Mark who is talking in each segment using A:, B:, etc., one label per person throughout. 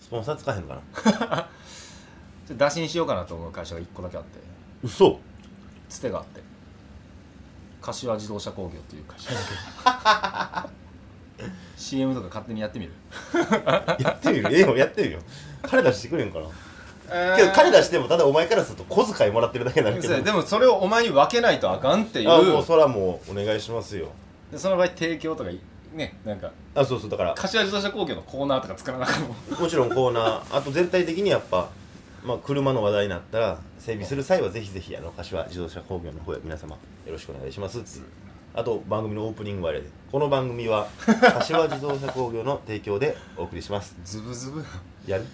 A: スポンサーつかへんかな
B: ちょっと打診しようかなと思う会社が1個だけあって
A: 嘘
B: つてがあって柏自動車工業っていう会 社だけ CM とか勝手にやってみる
A: やってみるええよやってみるよ金出してくれんかなけど金出してもただお前からすると小遣いもらってるだけになるけ
B: そう
A: ど
B: やでもそれをお前に分けないとあかんっていう
A: あもうそらもうお願いしますよ
B: でその場合提供とかいねなんか
A: あそうそうだから
B: 柏自動車工業のコーナーとか作らなくても
A: もちろんコーナーあと全体的にやっぱまあ車の話題になったら整備する際はぜひぜひあの柏自動車工業の方へ皆様よろしくお願いしますつあと番組のオープニングはあれでこの番組 は柏自動車工業の提供でお送りします
B: ズブズブ
A: やる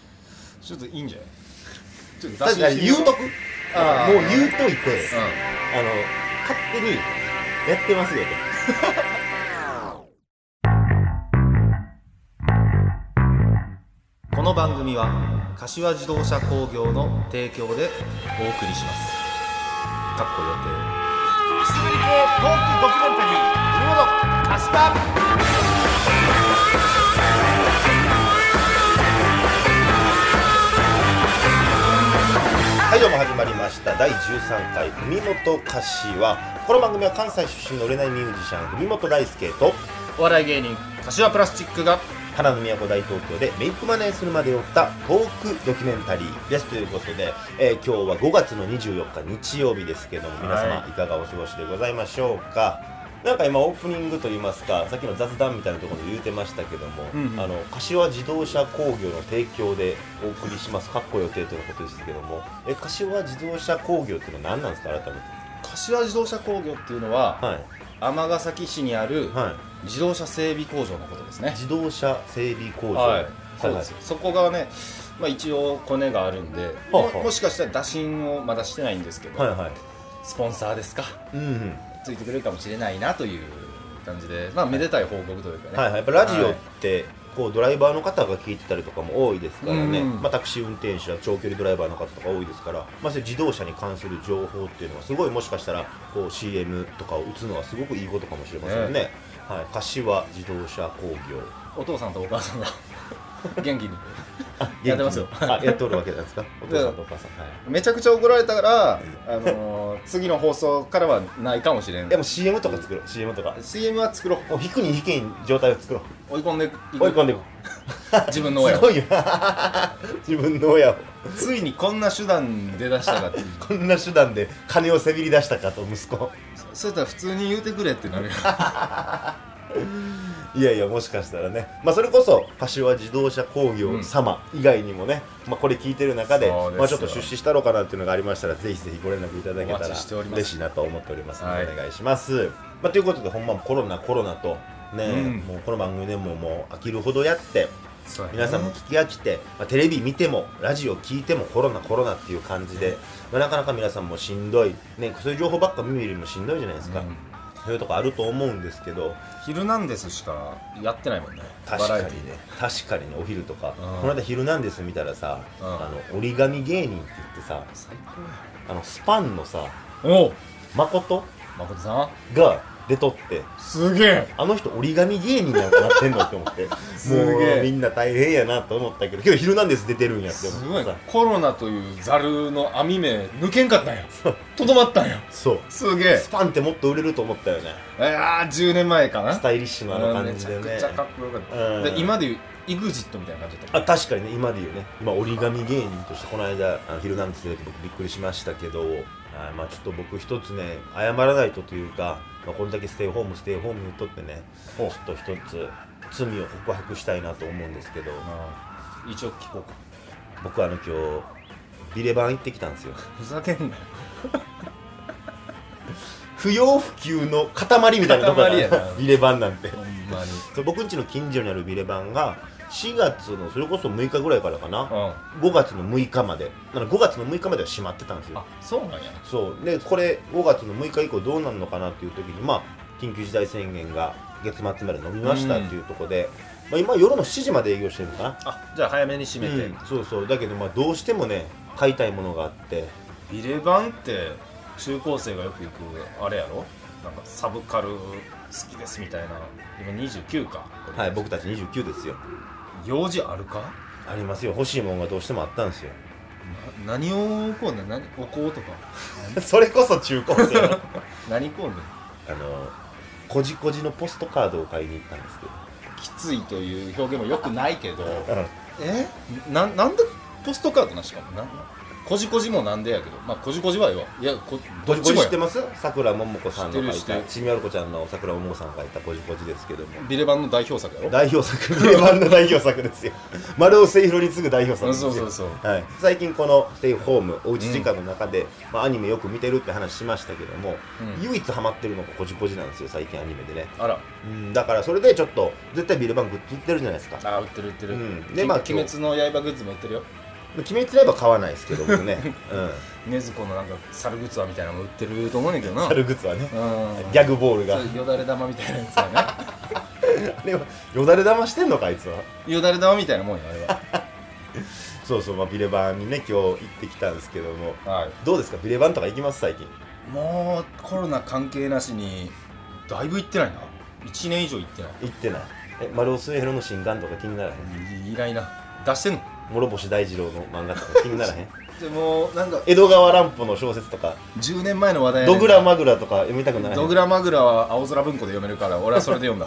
B: ちょっといいんじゃないちょっと打
A: 確
B: 診
A: か
B: し
A: に
B: てみよ
A: 言うとく
B: あー
A: もう言うといて
B: うん
A: あの勝手にやってますよと
B: この番組は柏自動車工業の提供でお送りしますかっこ予
C: 久しぶり系トークドキュメンタリー海本貸した
A: はいどうも始まりました第13回「文元歌詞は」この番組は関西出身の売れないミュージシャン文元大輔と
B: 定お笑い芸人柏プラスチックが
A: 花の都大東京でメイクマネーするまで追ったトークドキュメンタリーですということで、えー今日は5月の24日日曜日ですけども皆様
B: はい
A: かがお過ごしでございましょうかなんか今オープニングといいますかさっきの雑談みたいなところで言うてましたけども、
B: うんうん
A: あの柏自動車工業の提供でお送りしますかっこ予定とのことですけどもえ柏自動車工業っていうのは何なんですか改めて
B: 柏自動車工業っていうのは
A: はい
B: 尼、崎市にある
A: は
B: 自動車整備工場のことです
A: い
B: ね
A: 自動車整備工場
B: は
A: はいい、
B: そうです、そこがね、まあ、一応コネがあるんで、
A: ほうほう
B: ももしかしたら打診をまだしてないんですけど、
A: はいはい
B: スポンサーですか
A: うんうん
B: ついてくれるかもしれないなという感じで、まあ、めでたい報告というかね、
A: はいはい、やっぱラジオって、こうドライバーの方が聞いてたりとかも多いですからね、
B: うん
A: まあ、タクシー運転手や長距離ドライバーの方とか多いですから、まあ、そういう自動車に関する情報っていうのはすごいもしかしたらこう CM とかを打つのはすごくいいことかもしれませんね
B: ね
A: はい、柏自動車工業
B: お父さんとお母さ んが元気に
A: あ
B: やってますよ
A: 元気にあやっておるわけなんです かお父さんとお母さんはい
B: めちゃくちゃ怒られたから、あのー次の放送からはないかもしれん
A: でも CM とか作ろう CM とか
B: CM は作ろう
A: もう引くに引けん状態を作ろう
B: 追い込んでいく
A: 追い込んでいこ
B: 自分
A: う
B: の親
A: す
B: を
A: ごいよ 自分の親を
B: ついにこんな手段で出したかっていう
A: こんな手段で金をせびり出したかと息子
B: そうやったら普通に言うてくれってなるよ
A: いやいやもしかしたらね、まあ、それこそ柏自動車工業様以外にもね、まあ、これ聞いてる中で
B: そうですよ
A: まあ、ちょっと出資したろうかなっていうのがありましたらぜひぜひご連絡いただけた
B: お
A: ら
B: 待ちしております
A: 嬉しいなと思っておりますので、
B: はい
A: お願いします、まあ、ということでほんまコロナコロナとね、
B: うん
A: もうこの番組でももう飽きるほどやって
B: そうやね
A: 皆さんも聞き飽きて、まあ、テレビ見てもラジオ聞いてもコロナコロナっていう感じで、まあ、なかなか皆さんもしんどい、ね、そういう情報ばっか見るよりもしんどいじゃないですか、
B: うん
A: そういうとこあると思うんですけど
B: 「ヒルナンデス」しかやってないもんね
A: 確
B: バ
A: か
B: ラエ
A: に
B: ティ
A: ね確かにねお昼とか、
B: うん
A: この間「ヒルナンデス」見たらさ、
B: うん
A: あの折り紙芸人って言ってさ
B: 最高
A: あのスパンのさ
B: おお
A: 誠
B: 誠さ
A: が出とって
B: んすげえ
A: あの人折り紙芸人なんかなってんのって思って
B: すげえ
A: もうみんな大変やなと思ったけどけど「ヒルナンデス」出てるんやって
B: す
A: 思
B: ご
A: っ
B: い
A: てさ
B: コロナというザルの網目抜けんかったんやとどまったんや
A: そう
B: すげえ
A: スパンってもっと売れると思ったよね
B: ああ10年前かな
A: スタイリッシュなあの感じで
B: め
A: ね
B: ちゃくちゃかっこよかった、
A: うん
B: で今でいう EXIT みたいな感じだった
A: あ確かにね今で言うね今折り紙芸人としてこの間「あのヒルナンデス」で僕びっくりしましたけどあーまあちょっと僕一つね謝らないとというか、まあ、これだけステイホームステイホームにとってねちょっと一つ罪を告白したいなと思うんですけど
B: うん一応聞こうか
A: 僕あの今日ビレバン行ってきたんですよ
B: ふざけんなよ
A: 不要不急の塊みたいなとこだから
B: 塊やな
A: ビレバンなんて
B: ほんまに
A: そう僕ん家の近所にあるビレバンが4月のそれこそ6日ぐらいからかな
B: うん
A: 5月の6日までだから5月の6日までは閉まってたんですよ
B: あそうなんや
A: そうでこれ5月の6日以降どうなるのかなっていう時にまあ緊急事態宣言が月末まで伸びましたっていうところで、まあ、今夜の7時まで営業してるのかな、
B: あじゃあ早めに閉めて、
A: うんそうそうだけどまあどうしてもね買いたいものがあって
B: ビレバンって中高生がよく行くあれやろなんかサブカル好きですみたいな今29か
A: はい僕たち29ですよ
B: 用事あるか
A: ありますよ欲しいもんがどうしてもあったんですよ
B: な何をこうね何おこうと か
A: それこそ中高生の
B: 何こうね
A: あのこじこじのポストカードを買いに行ったんですけど
B: きついという表現もよくないけど
A: うん
B: えななんでポストカードなしかもなこじこじもなんでやけどまあこじこじはええわいやこど
A: こ
B: っ
A: じこじ
B: ちも
A: 知っ
B: や
A: てますさくらももこさんの
B: 知っ
A: 書い
B: てる知って
A: た
B: る
A: ちみやる子ちゃんのさくらももさんが書いたこじこじですけども
B: ビレ版の代表作やろ
A: 代表作定番の代表作 ですよ丸尾末広に次ぐ代表作ですよ
B: そうそうそう
A: はい、最近このステイホームおうち時間の中で、まあ、アニメよく見てるって話しましたけども、
B: うん
A: 唯一ハマってるのがこじこじなんですよ最近アニメでね、
B: あら
A: うん、だからそれでちょっと絶対ビルバングッズ売ってるじゃないですか
B: あ売ってる売ってる、
A: うんで
B: で
A: ま
B: ま
A: あ
B: あ鬼滅の刃グッズも売ってるよ
A: 決めつれば買わないですけども ね、うん、
B: 禰豆子のなんか猿グッズはみたいなのも売ってると思うねんけどな
A: 猿グッズはね
B: うん
A: ギャグボール が
B: そうよだれ玉みたいなやつやね
A: あれはよだれ騙してんのかあいつは
B: よだれ玉みたいなもんよあれ
A: そうそう、まあ、ビレバンにね今日行ってきたんですけども
B: は、はい、
A: どうですかビレバンとか行きます最近
B: もうコロナ関係なしにだいぶ行ってないな1年以上行ってない
A: 行ってないえ丸尾末広の新刊とか気にならへん
B: いいないな出してんの
A: 諸星大二郎の漫画とか気にならへん
B: でもなんか
A: 江戸川乱歩の小説とか
B: 10年前の話題やね
A: ドグラマグラとか読みたくならへ
B: ドグ
A: ん
B: ラマグラは青空文庫で読めるから俺はそれで読んだ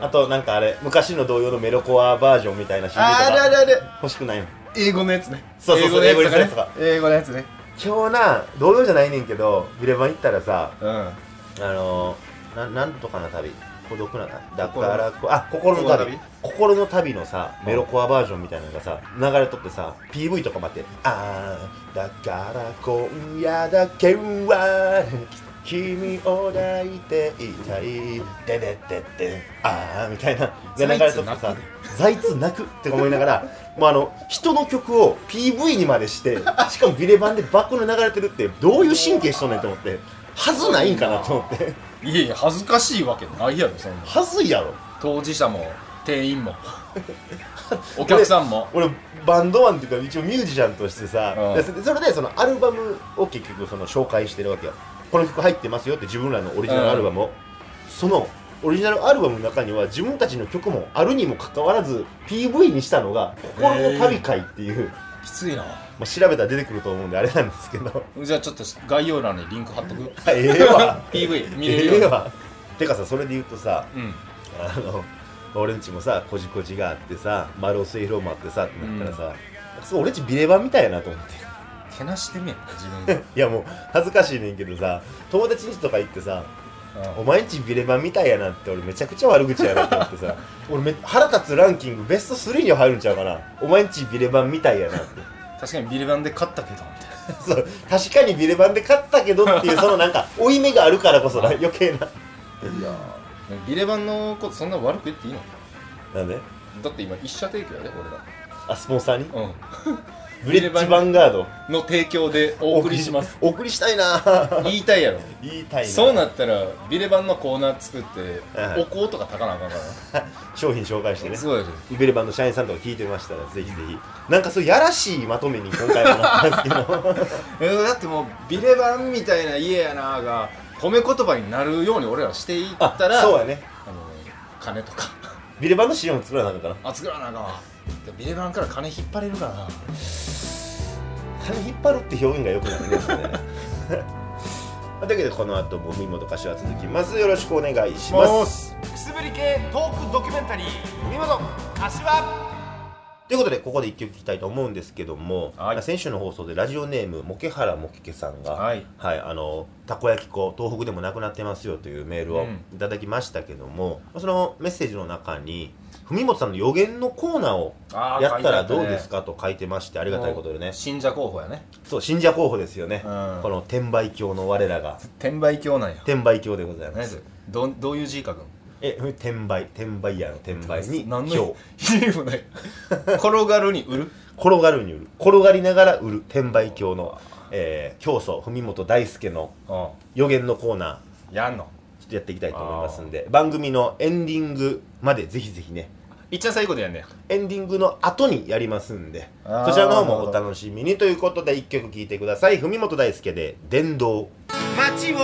A: あとなんかあれ昔の同様のメロコアバージョンみたいな CD と
B: あれあれ
A: か
B: あれ
A: 欲しくないの
B: 英語のやつね
A: そうそうそう
B: 英語のやつ
A: 英語
B: と
A: のや
B: かね英語のやつね
A: 今日な同様じゃないねんけどビレバン行ったらさ
B: うん
A: あのー、ななんとかな旅孤独な旅だか
B: 心
A: らこあ心の旅
B: 心の旅
A: 心の旅のさメロコアバージョンみたいなのがさ流れとってさ PV とか待って「あーだから今夜だけは君を抱いていたい」「でででであー」みたいなで流れとってさ「財津泣く」って思いながらもうあの人の曲を PV にまでしてしかもビレ版でバックの流れてるってどういう神経しとんねんと思ってはずないんかなと思って。
B: いやいや恥ずかしいわけないやろそんな
A: はずいやろ
B: 当事者も 店員もお客さんも
A: 俺バンドマンっていうか一応ミュージシャンとしてさ、
B: うん
A: でそそれでそのアルバムを結局その紹介してるわけよこの曲入ってますよって自分らのオリジナルアルバムを、そのオリジナルアルバムの中には自分たちの曲もあるにもかかわらず PV にしたのが「心の旅会」っていう、
B: きついな
A: まあ、調べたら出てくると思うんであれなんですけど
B: じゃあちょっと概要欄にリンク貼っ とく
A: ええわ
B: PV 見れるよ
A: ええわてかさそれで言うとさ
B: うん
A: あの俺んちもさこじこじがあってさ丸尾末広もあってさってなったらさ、そう俺んちビレバンみたいやなと思って
B: けなしてみや自分 で
A: いやもう恥ずかしいねんけどさ友達んちとか行ってさ「お前んちビレバンみたいやな」って俺めちゃくちゃ悪口やなと思ってさ俺め腹立つランキングベスト3には入るんちゃうかなお前んちビレバンみたいやなって
B: 確かにビレバンで勝ったけどみたい
A: そ
B: な
A: う確かにビレバンで勝ったけどっていうそのなん か負い目があるからこそな余計ない
B: やビレバンのことそんな悪く言っていいの
A: なんで
B: だって今一社提供やで俺ら
A: あスポンサーに
B: う
A: ブリッジヴァンガード
B: んの提供でお送りします
A: お送りしたいな
B: 言いたいやろ
A: 言いたいな
B: そうなったらビレバンのコーナー作って
A: はい
B: お香とか炊かなあかんから
A: 商品紹介してね
B: なそうやで
A: ビレバンの社員さんとか聞いてましたらぜひぜひなんかそういうやらしいまとめに今回もなったんですけど
B: えーだってもうビレバンみたいな家やなーが褒め言葉になるように俺らしてい
A: あ
B: った ら
A: そうやね
B: あの金とか
A: ビレバンの CM 作らなあかんから
B: あ作らなあかんわでビレバンから金引っ張れるからな
A: 金引っ張るって表現がよくないねそ れねというわけでこの後もみもとかしは続きますよろしくお願いします
C: くすぶり系トークドキュメンタリー海本柏
A: ということでここで一曲聴きたいと思うんですけども、
B: はい
A: 先週の放送でラジオネームもけはらもけけさんが、
B: はい
A: あのたこ焼き粉東北でもなくなってますよというメールを
B: うん
A: いただきましたけども、そのメッセージの中に文元さんの予言のコーナーを
B: あー
A: やったら
B: 書いてあったね
A: どうですかと書いてましてあ
B: あ
A: りがたいことでね
B: 信者候補やね
A: そう信者候補ですよね、
B: うん
A: この転売教の我らが
B: 転売教なんや
A: 転売教でございま
B: 何
A: す
B: それどどういう字書くん
A: え転売転売屋の転売に
B: 何の
A: 教
B: 意味もない転がるに売る
A: 転がるに売る転がりながら売る転売教の、えー、教祖文元大輔の
B: うん
A: 予言のコーナー
B: やんの
A: ちょっとやっていきたいと思いますんで番組のエンディングまでぜひぜひね
B: いっちゃん最後でやんねや
A: エンディングの後にやりますんで
B: あー
A: そちらの方もお楽しみにということで一曲聴いてください文元大輔で「電動
C: 街を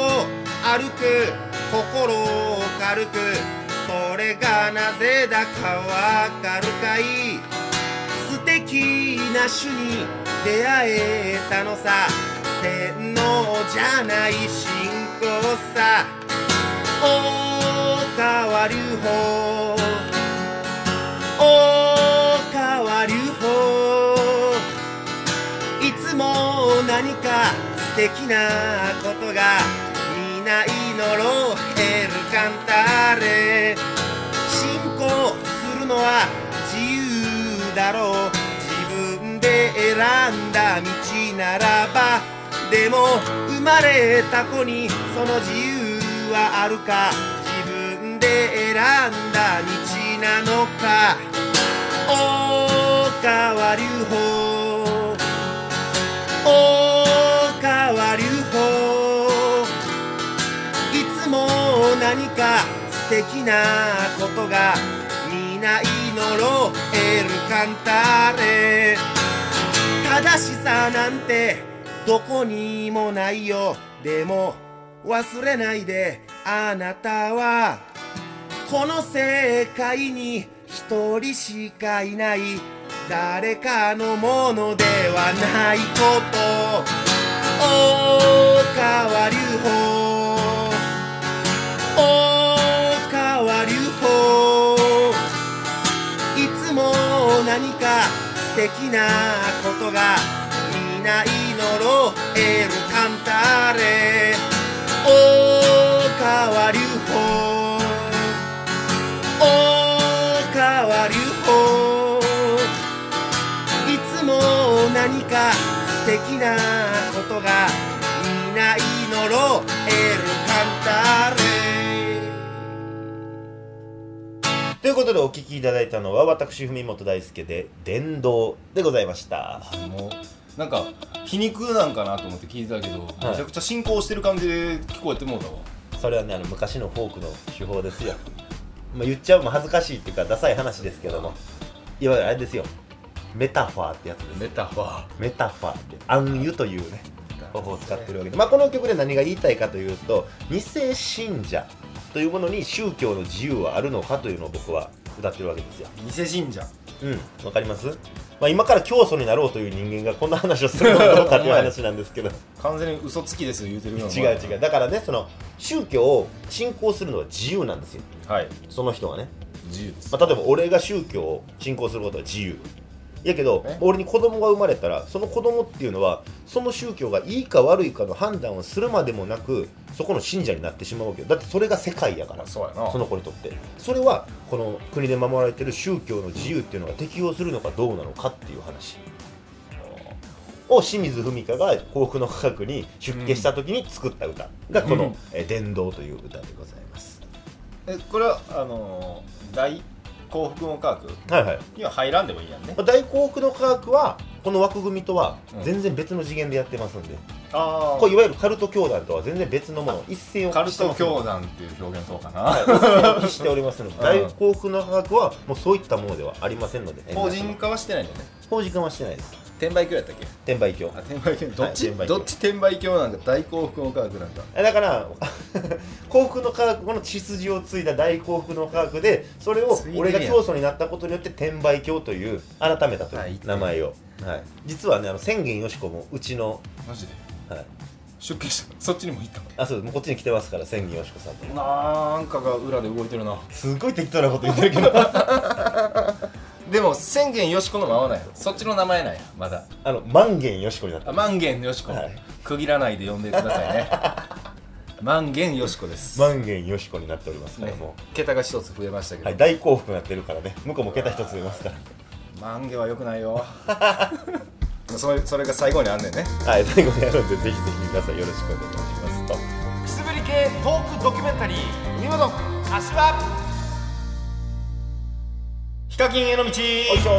C: 歩く心を軽くそれがなぜだかわかるかい素敵な種に出会えたのさ洗脳じゃない信仰さ大川隆法大川隆法いつも何か素敵なことがみないのロヘルカンターレ信仰するのは自由だろう自分で選んだ道ならばでも生まれた子にその自由はあるか自分で選んだ道なのか大川隆法大川隆法いつも何か素敵なことがみないのロエルカンターレ正しさなんてどこにもないよでも忘れないであなたはこの世界に一人しかいない誰かのものではないこと大川隆法大川隆法いつも何か素敵なことがみないのロエルカンターレ大川隆法大川隆法いつも何か素敵なことがみないのロエルカンターレ
A: ということでお聞きいただいたのは私文元大輔で「電動」でございました
B: もうなんか皮肉なんかなと思って聞いてたけど、めちゃくちゃ進行してる感じで聞こえてもうたわ
A: それはねあの昔のフォークの手法ですよ、まあ、言っちゃうも恥ずかしいっていうかダサい話ですけどもいわゆるあれですよメタファーってやつです
B: メタファ
A: メタファーって暗喩というね方法を使ってるわけで、まあ、この曲で何が言いたいかというと二世信者というものに宗教の自由はあるのかというのを僕は歌ってるわけですよ
B: 偽信者
A: うん、わかります、まあ、今から教祖になろうという人間がこんな話をするのかどうかという話なんですけど
B: 完全に嘘つきですよ言うてるような
A: 違う違うだからねその宗教を信仰するのは自由なんですよ
B: はい
A: その人がね、
B: 自由です
A: まあ、例えば俺が宗教を信仰することは自由やけど
B: ね
A: 俺に子供が生まれたらその子供っていうのはその宗教がいいか悪いかの判断をするまでもなくそこの信者になってしまうわけよだってそれが世界やから
B: そうやな
A: その子にとってそれはこの国で守られてる宗教の自由っていうのが適用するのかどうなのかっていう話を清水文香が幸福の科学に出家した時に作った歌がこの「
B: うん
A: えー伝道」という歌でございます
B: えこれはあのー大幸福の科学
A: はいはい
B: には入らんでもいいやんね
A: 大幸福の科学はこの枠組みとは
B: うん
A: 全然別の次元でやってますんで、
B: あ
A: こういわゆるカルト教団とは全然別のもの一線を
B: カルト
A: 団
B: 教団っていう表現そうかな
A: 一線を期しておりますので、
B: うん
A: 大幸福の科学はもうそういったものではありませんので
B: 法人化はしてないんだよね
A: 法人化はしてないです
B: 転売教やったっけ
A: 転売教
B: あ転売教どっち、
A: はい転売教
B: どっち転売教なんか大幸福の科学なんだ
A: えだから 幸福の科学この血筋を継いだ大幸福の科学でそれを
B: 継いでるやん
A: 俺が教祖になったことによって転売教という改めたと
B: はい
A: いう名前を、はい、実はねあの千元よし子もうちの、
B: マジで
A: はい、
B: 出家したそっちにも行ったの
A: あそうですもうこっちに来てますから千元よし子さんと
B: なんかが裏で動いてるな
A: すごい適当なこと言ってるけ ど
B: でも千元よしこのままなんやそっちの名前なんやまだ
A: あの万元よし子になった
B: あ万元よしこ、
A: はい
B: 区切らないで呼んでください ね万元よしこです、
A: 万元よし子になっておりますか
B: ね
A: らもう、
B: 桁が一つ増えましたけど、
A: はい、大幸福になってるからね向こうも桁一つ出ますから
B: 万元は良くないよそれそれが最後にあんねんね
A: はい、最後にやるんで、ぜひぜひ皆さんよろしくお願いしますと。
C: くすぶり系トークドキュメンタリー「海本柏」
B: ヒカキンへの道
A: よいしょ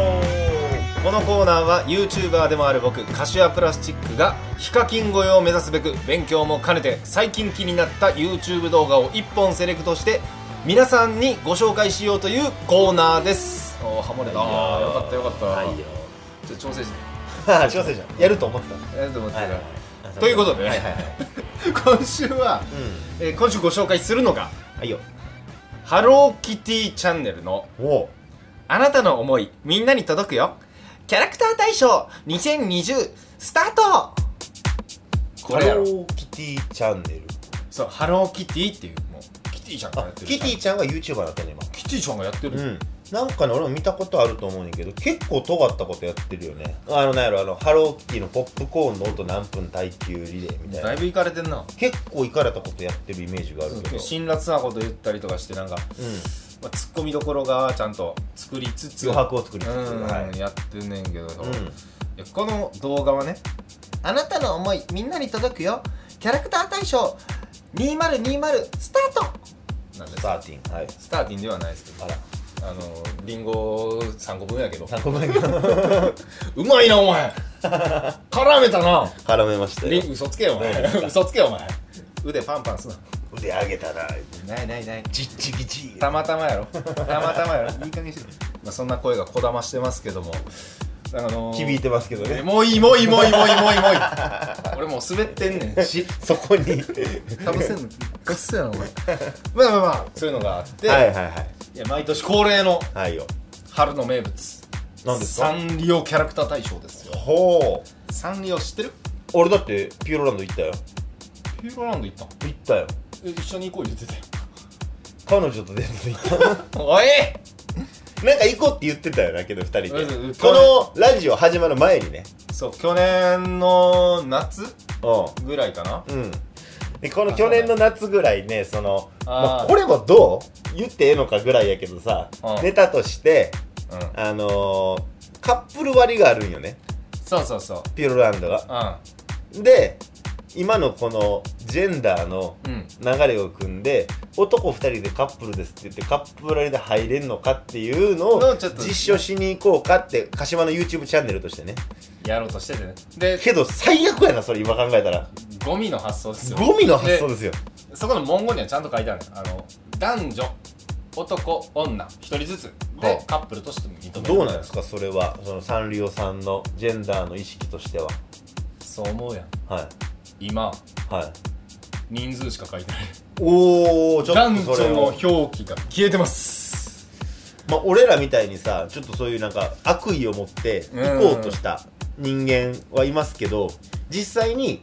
B: このコーナーは YouTuber でもある僕柏プラスチックがヒカキン越えを目指すべく勉強も兼ねて最近気になった YouTube 動画を1本セレクトして皆さんにご紹介しようというコーナーですおーハモれたよかったよかった、
A: はいよ。
B: ちょっと調整して
A: はあ、しませんじゃん。やると思ってた。
B: えーと思ってた
A: はいはいはい
B: ということでね
A: はいはいはい。
B: 今週は、
A: う
B: えー今週ご紹介するのが
A: ん。はいよ。
B: ハローキティチャンネルの
A: おお。
B: あなたの思いみんなに届くよキャラクター大賞2020スタートこれやろ
A: ハローキティチャンネル
B: そうハローキティっていうもうキティちゃんがや
A: あ
B: ってる
A: キティちゃんが YouTuber だったね今
B: キティちゃんがやってる、
A: うんなんかね俺も見たことあると思うねんけど結構尖ったことやってるよねあのなんやろあのハローキティのポップコーンの音何分耐久リレーみたい
B: だ
A: ない
B: ぶいかれてんな
A: 結構いかれたことやってるイメージがあるけど
B: 辛辣なこと言ったりとかしてなんか、
A: うん
B: まあ、ツッコミどころがちゃんと作りつつ
A: 余白を作りつつ
B: うん、
A: はい
B: やってんねんけ
A: う
B: ど、い
A: ん
B: やこの動画はね「あなたの思いみんなに届くよキャラクター大賞2020スタート!」なんで
A: ス
B: す
A: ターティンはい
B: スターティンではないですけど
A: あら
B: あのリンゴ3個分やけど
A: 3個目が
B: うまいなお 前絡めたな
A: 絡めました
B: リ
A: よ
B: ン嘘つけよお前
A: 何ですか
B: 嘘つけよお前腕パンパンすな
A: 腕上げたら
B: ないないない
A: ちっちぎち
B: たまたまや ろたまたまやろいい加減しろ、まあ、そんな声がこだましてますけどもあのー、
A: 響いてますけど
B: え
A: ね
B: もういいもういいもういいもういいもういいもういい 俺もう滑ってんね んし
A: そこに
B: かぶせんのガッスやなお前 まあまあまあそういうのがあって、、
A: はいはいいはい
B: や毎年恒例の
A: はいよ
B: 春の名物
A: 何ですか
B: サンリオキャラクター大賞ですよ
A: ほう
B: サンリオ知ってる
A: 俺だってピューロランド行ったよ
B: ピューロランド行ったの
A: 行ったよ
B: え一緒に行こう言ってたよ
A: 彼女とデート行った
B: おい
A: なんか行こうって言ってた よなけど2人で
B: うんうん
A: このラジオ始まる前にね
B: そう去年の夏
A: う
B: ぐらいかなん
A: うんでこの去年の夏ぐらいねその
B: あー
A: まあこれもどう言ってええのかぐらいやけどさ
B: うん
A: ネタとして
B: うん
A: あのーカップル割りがあるんよね
B: そうそうそう
A: ピューロランドが
B: う
A: で今のこのジェンダーの
B: んうん
A: 流れを組んで男2人でカップルですって言ってカップル割りで入れんのかっていうのを
B: のちょっと
A: 実証しに行こうかって鹿島の YouTube チャンネルとしてね
B: やろうとしててねで
A: けど最悪やなそれ今考えたら
B: ゴミの発想ですよ
A: ゴミの発想ですよ
B: そこの文言にはちゃんと書いてあるあの男女男女一人ずつ
A: は
B: で
A: あ
B: カップルとして認める
A: どうなんですかそれはそのサンリオさんのジェンダーの意識としては
B: そう思うやん
A: はい
B: 今
A: はい
B: 人数しか書いてない
A: おおちょっ
B: 男
A: とそれ
B: 女の
A: を
B: 表記が消えてます
A: まあ俺らみたいにさちょっとそういうなんか悪意を持って行こうとした人間はいますけど実際に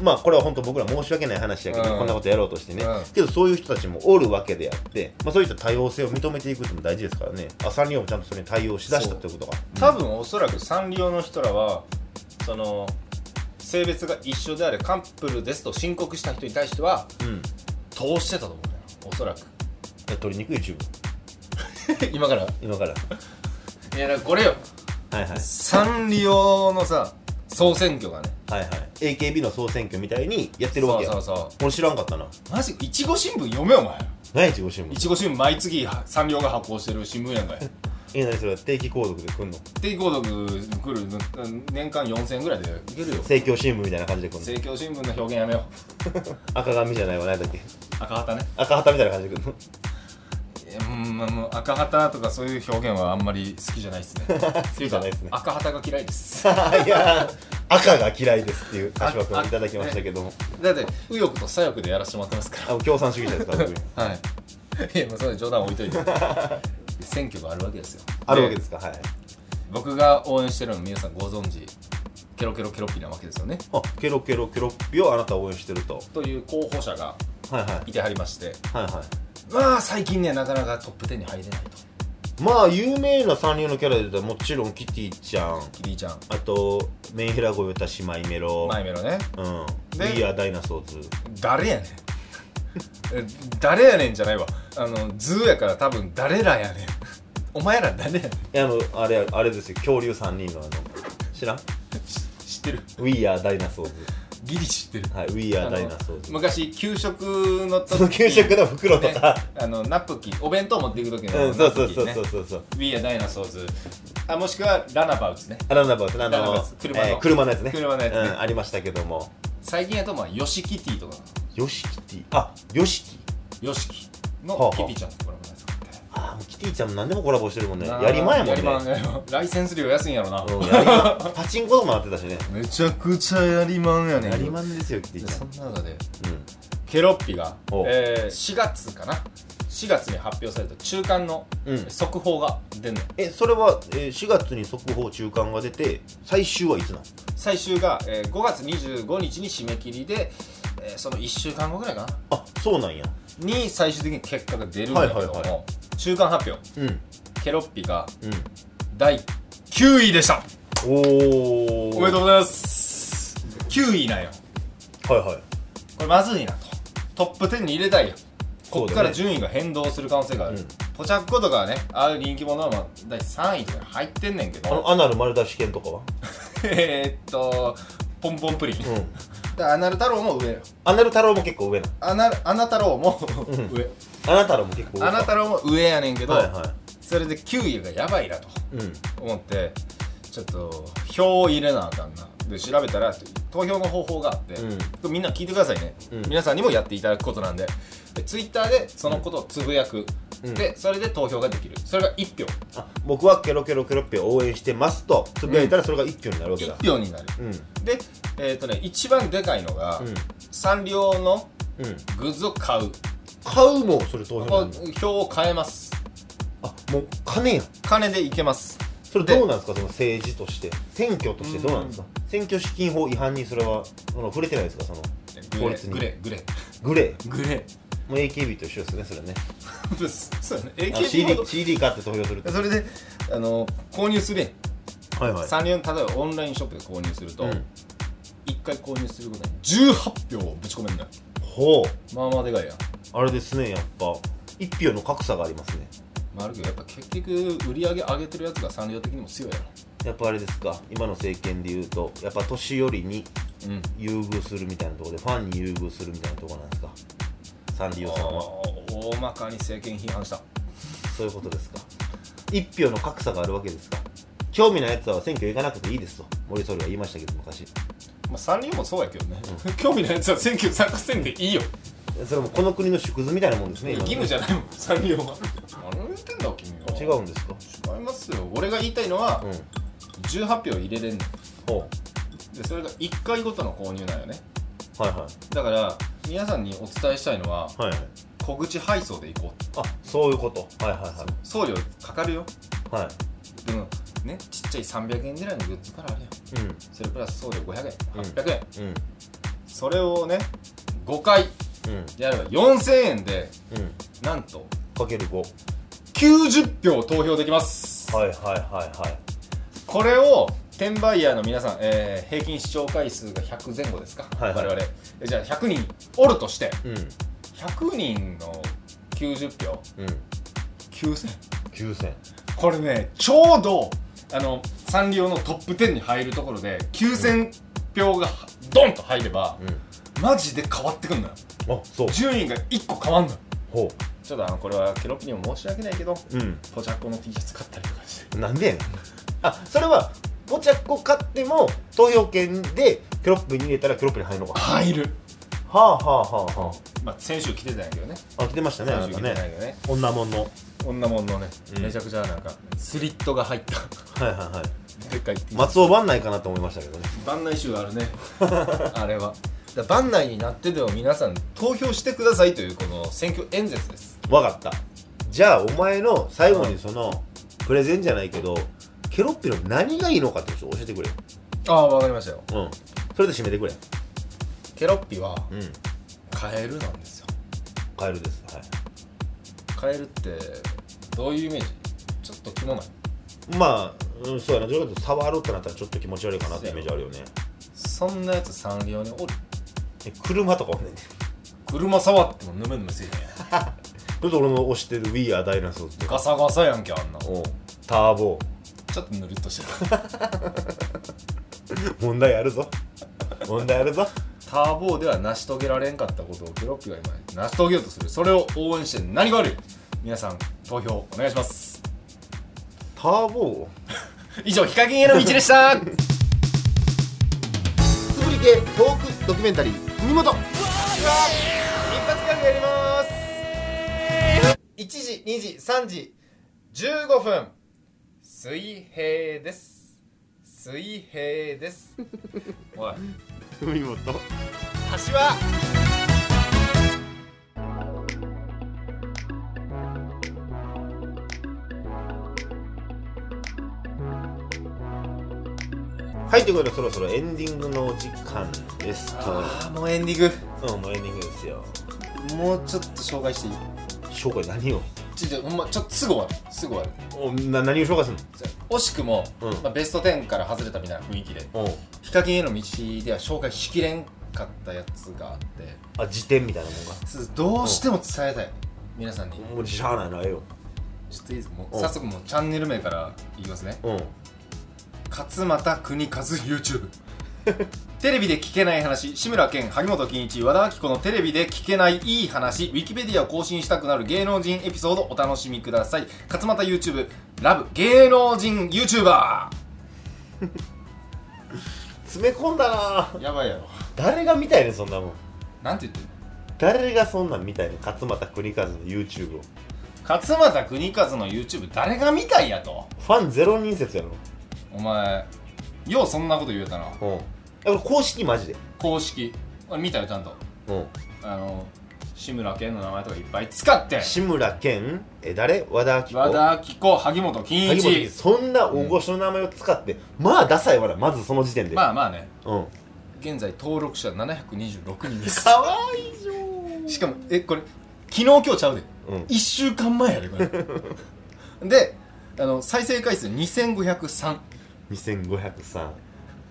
A: まあこれは本当僕ら申し訳ない話やけど、
B: うん
A: こんなことやろうとしてね、
B: うん
A: けどそういう人たちもおるわけであって、まあ、そういった多様性を認めていくっても大事ですからねあサンリオもちゃんとそれに対応しだしたってことが
B: 多分おそらくサンリオの人らはその性別が一緒であれカップルですと申告した人に対しては
A: うん
B: 通してたと思うねおそらく
A: 取りにくい YouTube
B: 今から
A: 今 から
B: いやだからこれよ
A: はいはい
B: サンリオのさ総選挙がね
A: はいはい AKB の総選挙みたいにやってるわけや
B: そうそうそ
A: 俺知らんかったな
B: うマジいちご新聞読めよお前
A: 何自己新
B: い
A: 聞
B: ちご新聞毎月サンリオが発行してる新聞やんかい
A: え何それ定期購読で来んの
B: 定期購読来るの年間4000円ぐらいでいけるよ
A: 政教新聞みたいな感じで来んの
B: 政教新聞の表現やめよ
A: 赤髪じゃないわ何だっけ
B: う赤旗ね
A: 赤旗みたいな感じで来んの
B: いやうんまあもう赤旗とかそういう表現はあんまり好きじゃないです ねっていう
A: じゃ
B: か
A: ないっすね
B: 赤旗が嫌いです
A: いや赤が嫌いですっていう柏君をいただきましたけども
B: だって右翼と左翼でやらせてもらってますか
A: あ共産主義者ですから僕
B: らはいいやまあそれは冗談置いといて選挙があるわけですよ
A: あるわけですかはい
B: 僕が応援してるの皆さんご存知ケロケロケロッピなわけですよね
A: あケロケロケロッピをあなたを応援してると
B: という候補者が
A: はいはい
B: いてはりまして
A: はいは
B: まあ最近ねなかなかトップ10に入れないと
A: いまあ有名なサンリオのキャラで言ったらもちろんキティちゃん
B: キリーちゃん
A: あとメンヘラゴヨタシマイメロ
B: マイメロね
A: うん
B: で
A: We are dinosaurs
B: 誰やねんえ誰やねんじゃないわあのズーやから多分誰らやねんお前ら誰やねん
A: いやあのあれあれですよ恐竜3人のあの知らん
B: 知ってる
A: ?We are dinosaurs
B: ギリ知ってる
A: はい We are
B: あの
A: dinosaurs
B: 昔給食の時
A: その給食の袋とか、
B: ねあのナプキンお弁当持っていく時の
A: うんそうそう
B: ナプキ
A: そ
B: ン
A: う
B: ね
A: そうそうそう
B: We are Dinosaurs あもしくはラナバウツね
A: あランナーバウスあ
B: ランナー
A: の
B: バウス車の
A: えー車のやつね
B: 車のやつね
A: うん、ありましたけども
B: 最近やとまあヨシキティとか
A: ヨシキティあヨシキ
B: ヨシキ
A: はあ
B: の
A: はあ
B: キティちゃんとコラボのやつ買って
A: あもうキティちゃんも何でもコラボしてるもんね
B: なあ
A: やりまやもんね
B: やりまんやりまんライセンス料安いんやろな、
A: うん やりまパチンコとかもやってたしね
B: めちゃくちゃやりまんやね
A: やりま
B: ん
A: んですよキティちゃ
B: そ
A: ん
B: んな中で
A: うん
B: ケロッピが、
A: お
B: えー、4月かな4月に発表された中間の
A: うん
B: 速報が出んの、
A: えそれは、えー4月に速報中間が出て最終はいつなの
B: 最終が、えー5月25日に締め切りで、えーその1週間後ぐらいかな
A: あそうなんや
B: に最終的に結果が出るんだけども、
A: はいはいは
B: 中間発表
A: うんうん
B: ケロッピが第9位でした
A: おお
B: おめでとうございます9位なんよ
A: はいはい
B: これまずいなとトップ10に入れたいよ
A: こ
B: こっから順位が変動する可能性がある、
A: うん
B: ポチャッコとかはねああいう人気者はまあ第3位とか入ってんねんけ
A: あの
B: ど
A: アナル丸出し券とかは
B: えーっとポンポンプリン、
A: うん
B: でアナル太郎も上よ
A: アナル太郎も結構上な
B: アナアナ太郎も
A: ん
B: 上、
A: のアナ太郎も結構上
B: アナ太郎も上やねんけど、
A: はいは
B: それで9位がやばいなと
A: いうん
B: 思ってちょっと票を入れなあかんなで調べたら投票の方法があって、
A: うん
B: これみんな聞いてくださいね、
A: うん
B: 皆さんにもやっていただくことなんででツイッターでそのことをつぶやく、
A: うん
B: でそれで投票ができるそれが1票
A: あ僕はケロケロケロッピを応援してますとつぶやいたらそれが一挙になるわけだ
B: 1票になる
A: うん
B: でえっ、とね一番でかいのが、
A: うん
B: サンリオの
A: うん
B: グッズを買う
A: 買うもんそれ投票なんだ
B: 票を変えます
A: あもう金やん
B: 金でいけます
A: それどうなんですかその政治として選挙としてどうなんですか選挙資金法違反にそれはその触れてないですかその
B: グ
A: 法
B: レ
A: 律
B: ー
A: に
B: グレーグレー
A: グレー
B: グレ
A: もう AKB と一緒ですねそれね
B: ー そうやね
A: あ
B: AKB ほ
A: CD,
B: ど
A: CD 買って投票するって
B: それであの購入するやん
A: はいは
B: サンリオの例えばオンラインショップで購入すると、
A: うん
B: 1回購入することに18票をぶち込めるんだよ
A: ほう
B: まあまあでかいやん
A: あれですねやっぱ一票の格差がありますね
B: まああるけどやっぱ結局売り上げ上げてるやつがサンリオ的にも強いや
A: やっぱあれですか今の政権で言うとやっぱ年寄りに
B: ろうん
A: 優遇するみたいなところでファンに優遇するみたいなところなんですかサンリオさんは
B: 大まかに政権批判した
A: そういうことですか一票の格差があるわけですか興味ないやつは選挙行かなくていいですと森総理は言いましたけど昔
B: まあサンリオもそうやけどね、 興味ないやつは選挙参加せんでいいよ
A: それもこの国の縮図みたいなもんですね今の
B: 義務じゃないもんサンリオは何を言ってんだ君は
A: 違うんですか
B: 違いますよ俺が言いたいのは、
A: うん
B: 18票入れれんの
A: ほ
B: でそれが1回ごとの購入なんよね
A: うはいは
B: だから皆さんにお伝えしたいのは、
A: いはいはい
B: 小口配送で行こうって
A: あそういうことはいはい
B: 送料かかるよ
A: はいは
B: でもねちっちゃい300円ぐらいのグッズからあるよ
A: いうん
B: それプラス送料500
A: うん
B: 円800円、
A: うん
B: それをね5回
A: うん
B: やれば4000円で
A: うん
B: なんと
A: かける5
B: 90票投票できます
A: はいはいはいはい
B: これを転売ヤーの皆さん、えー平均視聴回数が100前後ですか、
A: はいはい
B: 我々えじゃあ100人おるとして
A: うん
B: 100人の90票
A: うん
B: 9000
A: 9000
B: これねちょうどあのサンリオのトップ10に入るところで9000票がドンと入れば、
A: う
B: マジで変わってくんのよ
A: んあそう
B: 順位が1個変わんのよ
A: ほ
B: ちょっとあのこれはケロッピにも申し訳ないけど
A: ううん
B: ポチャッコの T シャツ買ったりとかして
A: なんでやねんあそれは5着買っても投票券でケロップに入れたらケロップに入るのかは
B: 入る
A: あはあはあは
B: まあ先週来てたんやけどね
A: ああ来てましたねあ
B: 先
A: なた
B: 週来てたん
A: ね
B: やけどね
A: 女もんの
B: 女もんのね、
A: うん
B: めちゃくちゃなんかスリットが入った
A: はいはいはい
B: でっかい T シャツ
A: 松尾番内かなと思いましたけどね
B: 番内集あるね あれはだから番内になってでも皆さん投票してくださいというこの選挙演説です
A: わかったじゃあお前の最後にそのプレゼンじゃないけどケロッピの何がいいのかってちょっと教えてくれよ
B: ああわかりましたよ
A: うんそれで締めてくれ
B: ケロッピは
A: うん
B: カエルなんですよ
A: カエルですはい
B: カエルってどういうイメージちょっと着物
A: まあ、うん、そうやな、どちらかというと触ろうってなったらちょっと気持ち悪いかなってイメージあるよね。
B: そんなやつサンリオにおる
A: え車とかもねんね。
B: 車触ってもヌメヌメせえへん
A: ちょっと俺の推してる We Are Dinosaurs と
B: ガ
A: か、
B: サガサやんけあんなち
A: おうターボ、
B: ょっとぬるっとしてる
A: 問題あるぞ。問題あるぞ。
B: ターボーでは成し遂げられんかったことをケロッピが今成し遂げようとするそれを応援して何が悪い皆さん投票お願いします
A: ターボ
B: 以上ヒカキンへの道でした
A: つぶり系トークドキュメンタリー、海本
B: 一発ギャグやります1時2時3時15分水平です水平ですおい
A: 海本
B: 橋は
A: はいということでそろそろエンディングのお時間ですと
B: ああもうエンディン
A: うんもうエンディングですよ
B: グもうちょっと紹介していい
A: 紹介何を
B: ちょちょほんまちょっとすぐ終わるすぐ終わる
A: おな何を紹介する
B: じゃあ惜しくも、
A: うん
B: まあ、ベスト10から外れたみたいな雰囲気で
A: のうん
B: ヒカキンへの道では紹介しきれんかったやつがあって
A: あ辞典みたいなもんが
B: すどうしても伝えたい皆さんに
A: もうしゃあないなええよ
B: ちょっといいですかもう
A: お
B: 早速もうチャンネル名から言いますね
A: うん
B: 勝俣邦和 YouTube テレビで聞けない話志村けん萩本欽一和田アキ子のテレビで聞けないいい話ウィキペディアを更新したくなる芸能人エピソードお楽しみください勝俣 YouTube ラブ芸能人 YouTuber
A: 詰め込んだな
B: やばいやろ
A: 誰が見たいねんそんなもん
B: なんて言ってんの
A: 誰がそんなん見たいの勝俣邦和の YouTube を
B: 勝俣邦和の YouTube 誰が見たいやと
A: ファンゼロ人説やろ
B: お前ようそんなこと言えたな
A: うんえ俺公式マジで
B: 公式俺見たよちゃんと
A: うん
B: あの志村けんの名前とかいっぱい使って
A: 志村けんえ誰和田アキ子
B: 和田アキ子萩本欽
A: 萩本欽一
B: 一
A: そんな大御所の名前を使って、まあダサいわなまずその時点で、
B: まあまあね
A: うん
B: 現在登録者726人で す
A: かわいいじゃん
B: しかもえこれ昨日今日ちゃうで、
A: うん
B: 1週間前やでこれ であの再生回数2503
A: 2503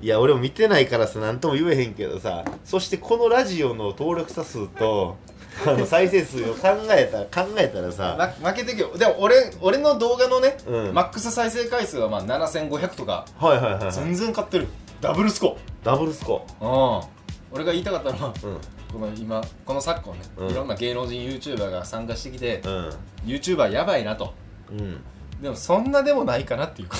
A: いや俺も見てないからさ何とも言えへんけどさそしてこのラジオの登録者数とあの再生数を考え た考えたら
B: ま
A: さ
B: 負けてけよでも俺俺の動画のね、
A: うん
B: マックス再生回数はまあ7500とか
A: はいはいはい、はい、
B: 全然買ってるダブルスコ
A: ダブルスコ
B: アうん俺が言いたかったのは
A: うん
B: この今この昨今ね、
A: うん
B: いろんな芸能人 YouTuber が参加してきて
A: う、ん
B: YouTuber やばいなと
A: うん
B: でもそんなでもないかなっていうか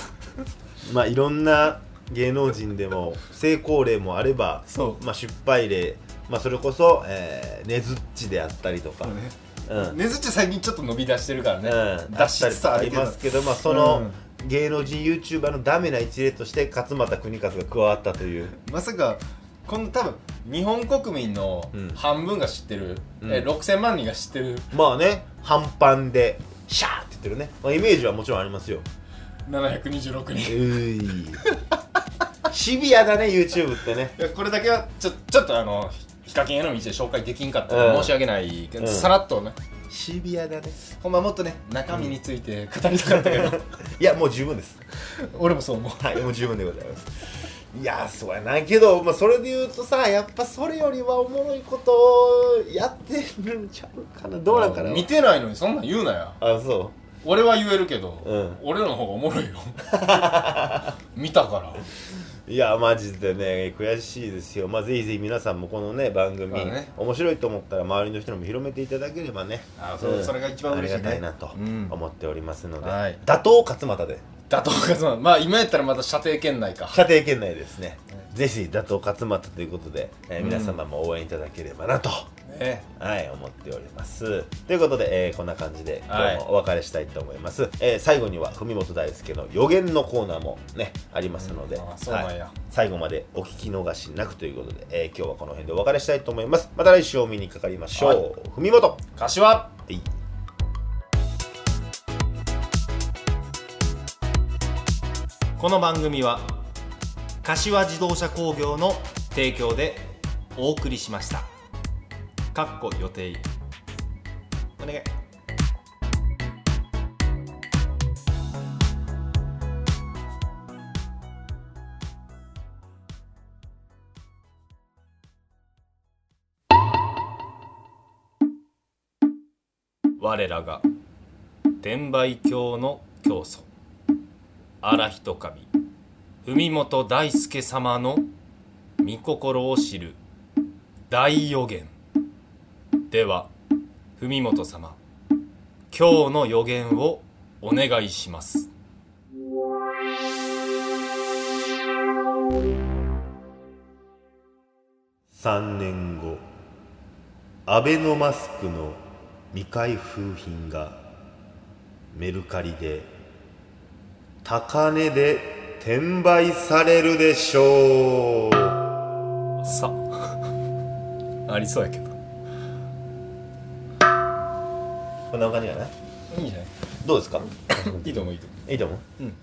A: まあいろんな芸能人でも成功例もあれば
B: そ
A: まあ、失敗例、まあ、それこそ、えー、ねずっちであったりとか、
B: ね
A: うんうん、
B: ねずっち最近ちょっと伸び出してるからね、
A: あ
B: 出
A: っ
B: した
A: り
B: つ
A: と
B: つ
A: か
B: あ
A: あ
B: る
A: り
B: けど
A: ますけど、まあ、その、芸能人 YouTuber のダメな一例として勝俣邦和が加わったという
B: まさかこの多分日本国民の
A: うん
B: 半分が知ってる、
A: うん
B: え6000万人が知ってる
A: まあね半パンでシャーって言ってるね、まあ、イメージはもちろんありますよ
B: 726
A: う
B: 人
A: ーい シビアだね YouTube ってね
B: いやこれだけはちょちょっとあのヒカキンへの道で紹介できんかった
A: う
B: ら
A: ん
B: 申し訳ないけど、
A: うん
B: さらっとね
A: シビアだね
B: ほんまもっとね中身について語りたかったけど、
A: いやもう十分です
B: 俺もそう思う
A: はい、もう十分でございます。いやー、そうやないけど、まあ、それで言うとさ、やっぱそれよりはおもろいことをやってるんちゃうかな。どうなんかな。
B: 見てないのにそんなん言うなや
A: あ、そ
B: 俺は言えるけど、
A: うん
B: 俺らの方がおもろいよ見たから
A: う。いやー、マジでね、悔しいですよ。まあ、ぜひぜひ皆さんもこのね、番組、
B: まあね
A: 面白いと思ったら、周りの人にも広めていただければね。
B: あそ,、うそれが一番
A: あ
B: 嬉
A: り
B: し
A: が
B: い、ね、
A: たいなと
B: うん
A: 思っておりますので、
B: はい
A: 打倒勝俣で
B: 打倒かそのまあ今やったらまた射程圏内か
A: 家庭圏内ですね、ぜひ打倒勝俣ということで、えー皆様も応援いただければなと
B: ね
A: はい、思っております。ということで、えーこんな感じで今
B: はい
A: 日もお別れしたいと思います。えー最後には文元大輔の予言のコーナーもね、ありますので、
B: あそうなんや
A: はい最後までお聞き逃しなくということで、えー今日はこの辺でお別れしたいと思います。また来週お見にかかりましょう。
B: はい
A: 文元、は
B: 柏
A: い
B: この番組は柏自動車工業の提供でお送りしましたかっこ予定お願い我らが天売教の教祖荒ひとかび文本大輔様の御心を知る大予言では文本様今日の予言をお願いします
A: 3年後アベノマスクの未開封品がメルカリで高値で転売されるでしょう
B: さ ありそうやけど
A: こんな感じかな
B: うんいいんじゃない
A: どうですか
B: いいと思ういいと思
A: いいと思う、
B: うん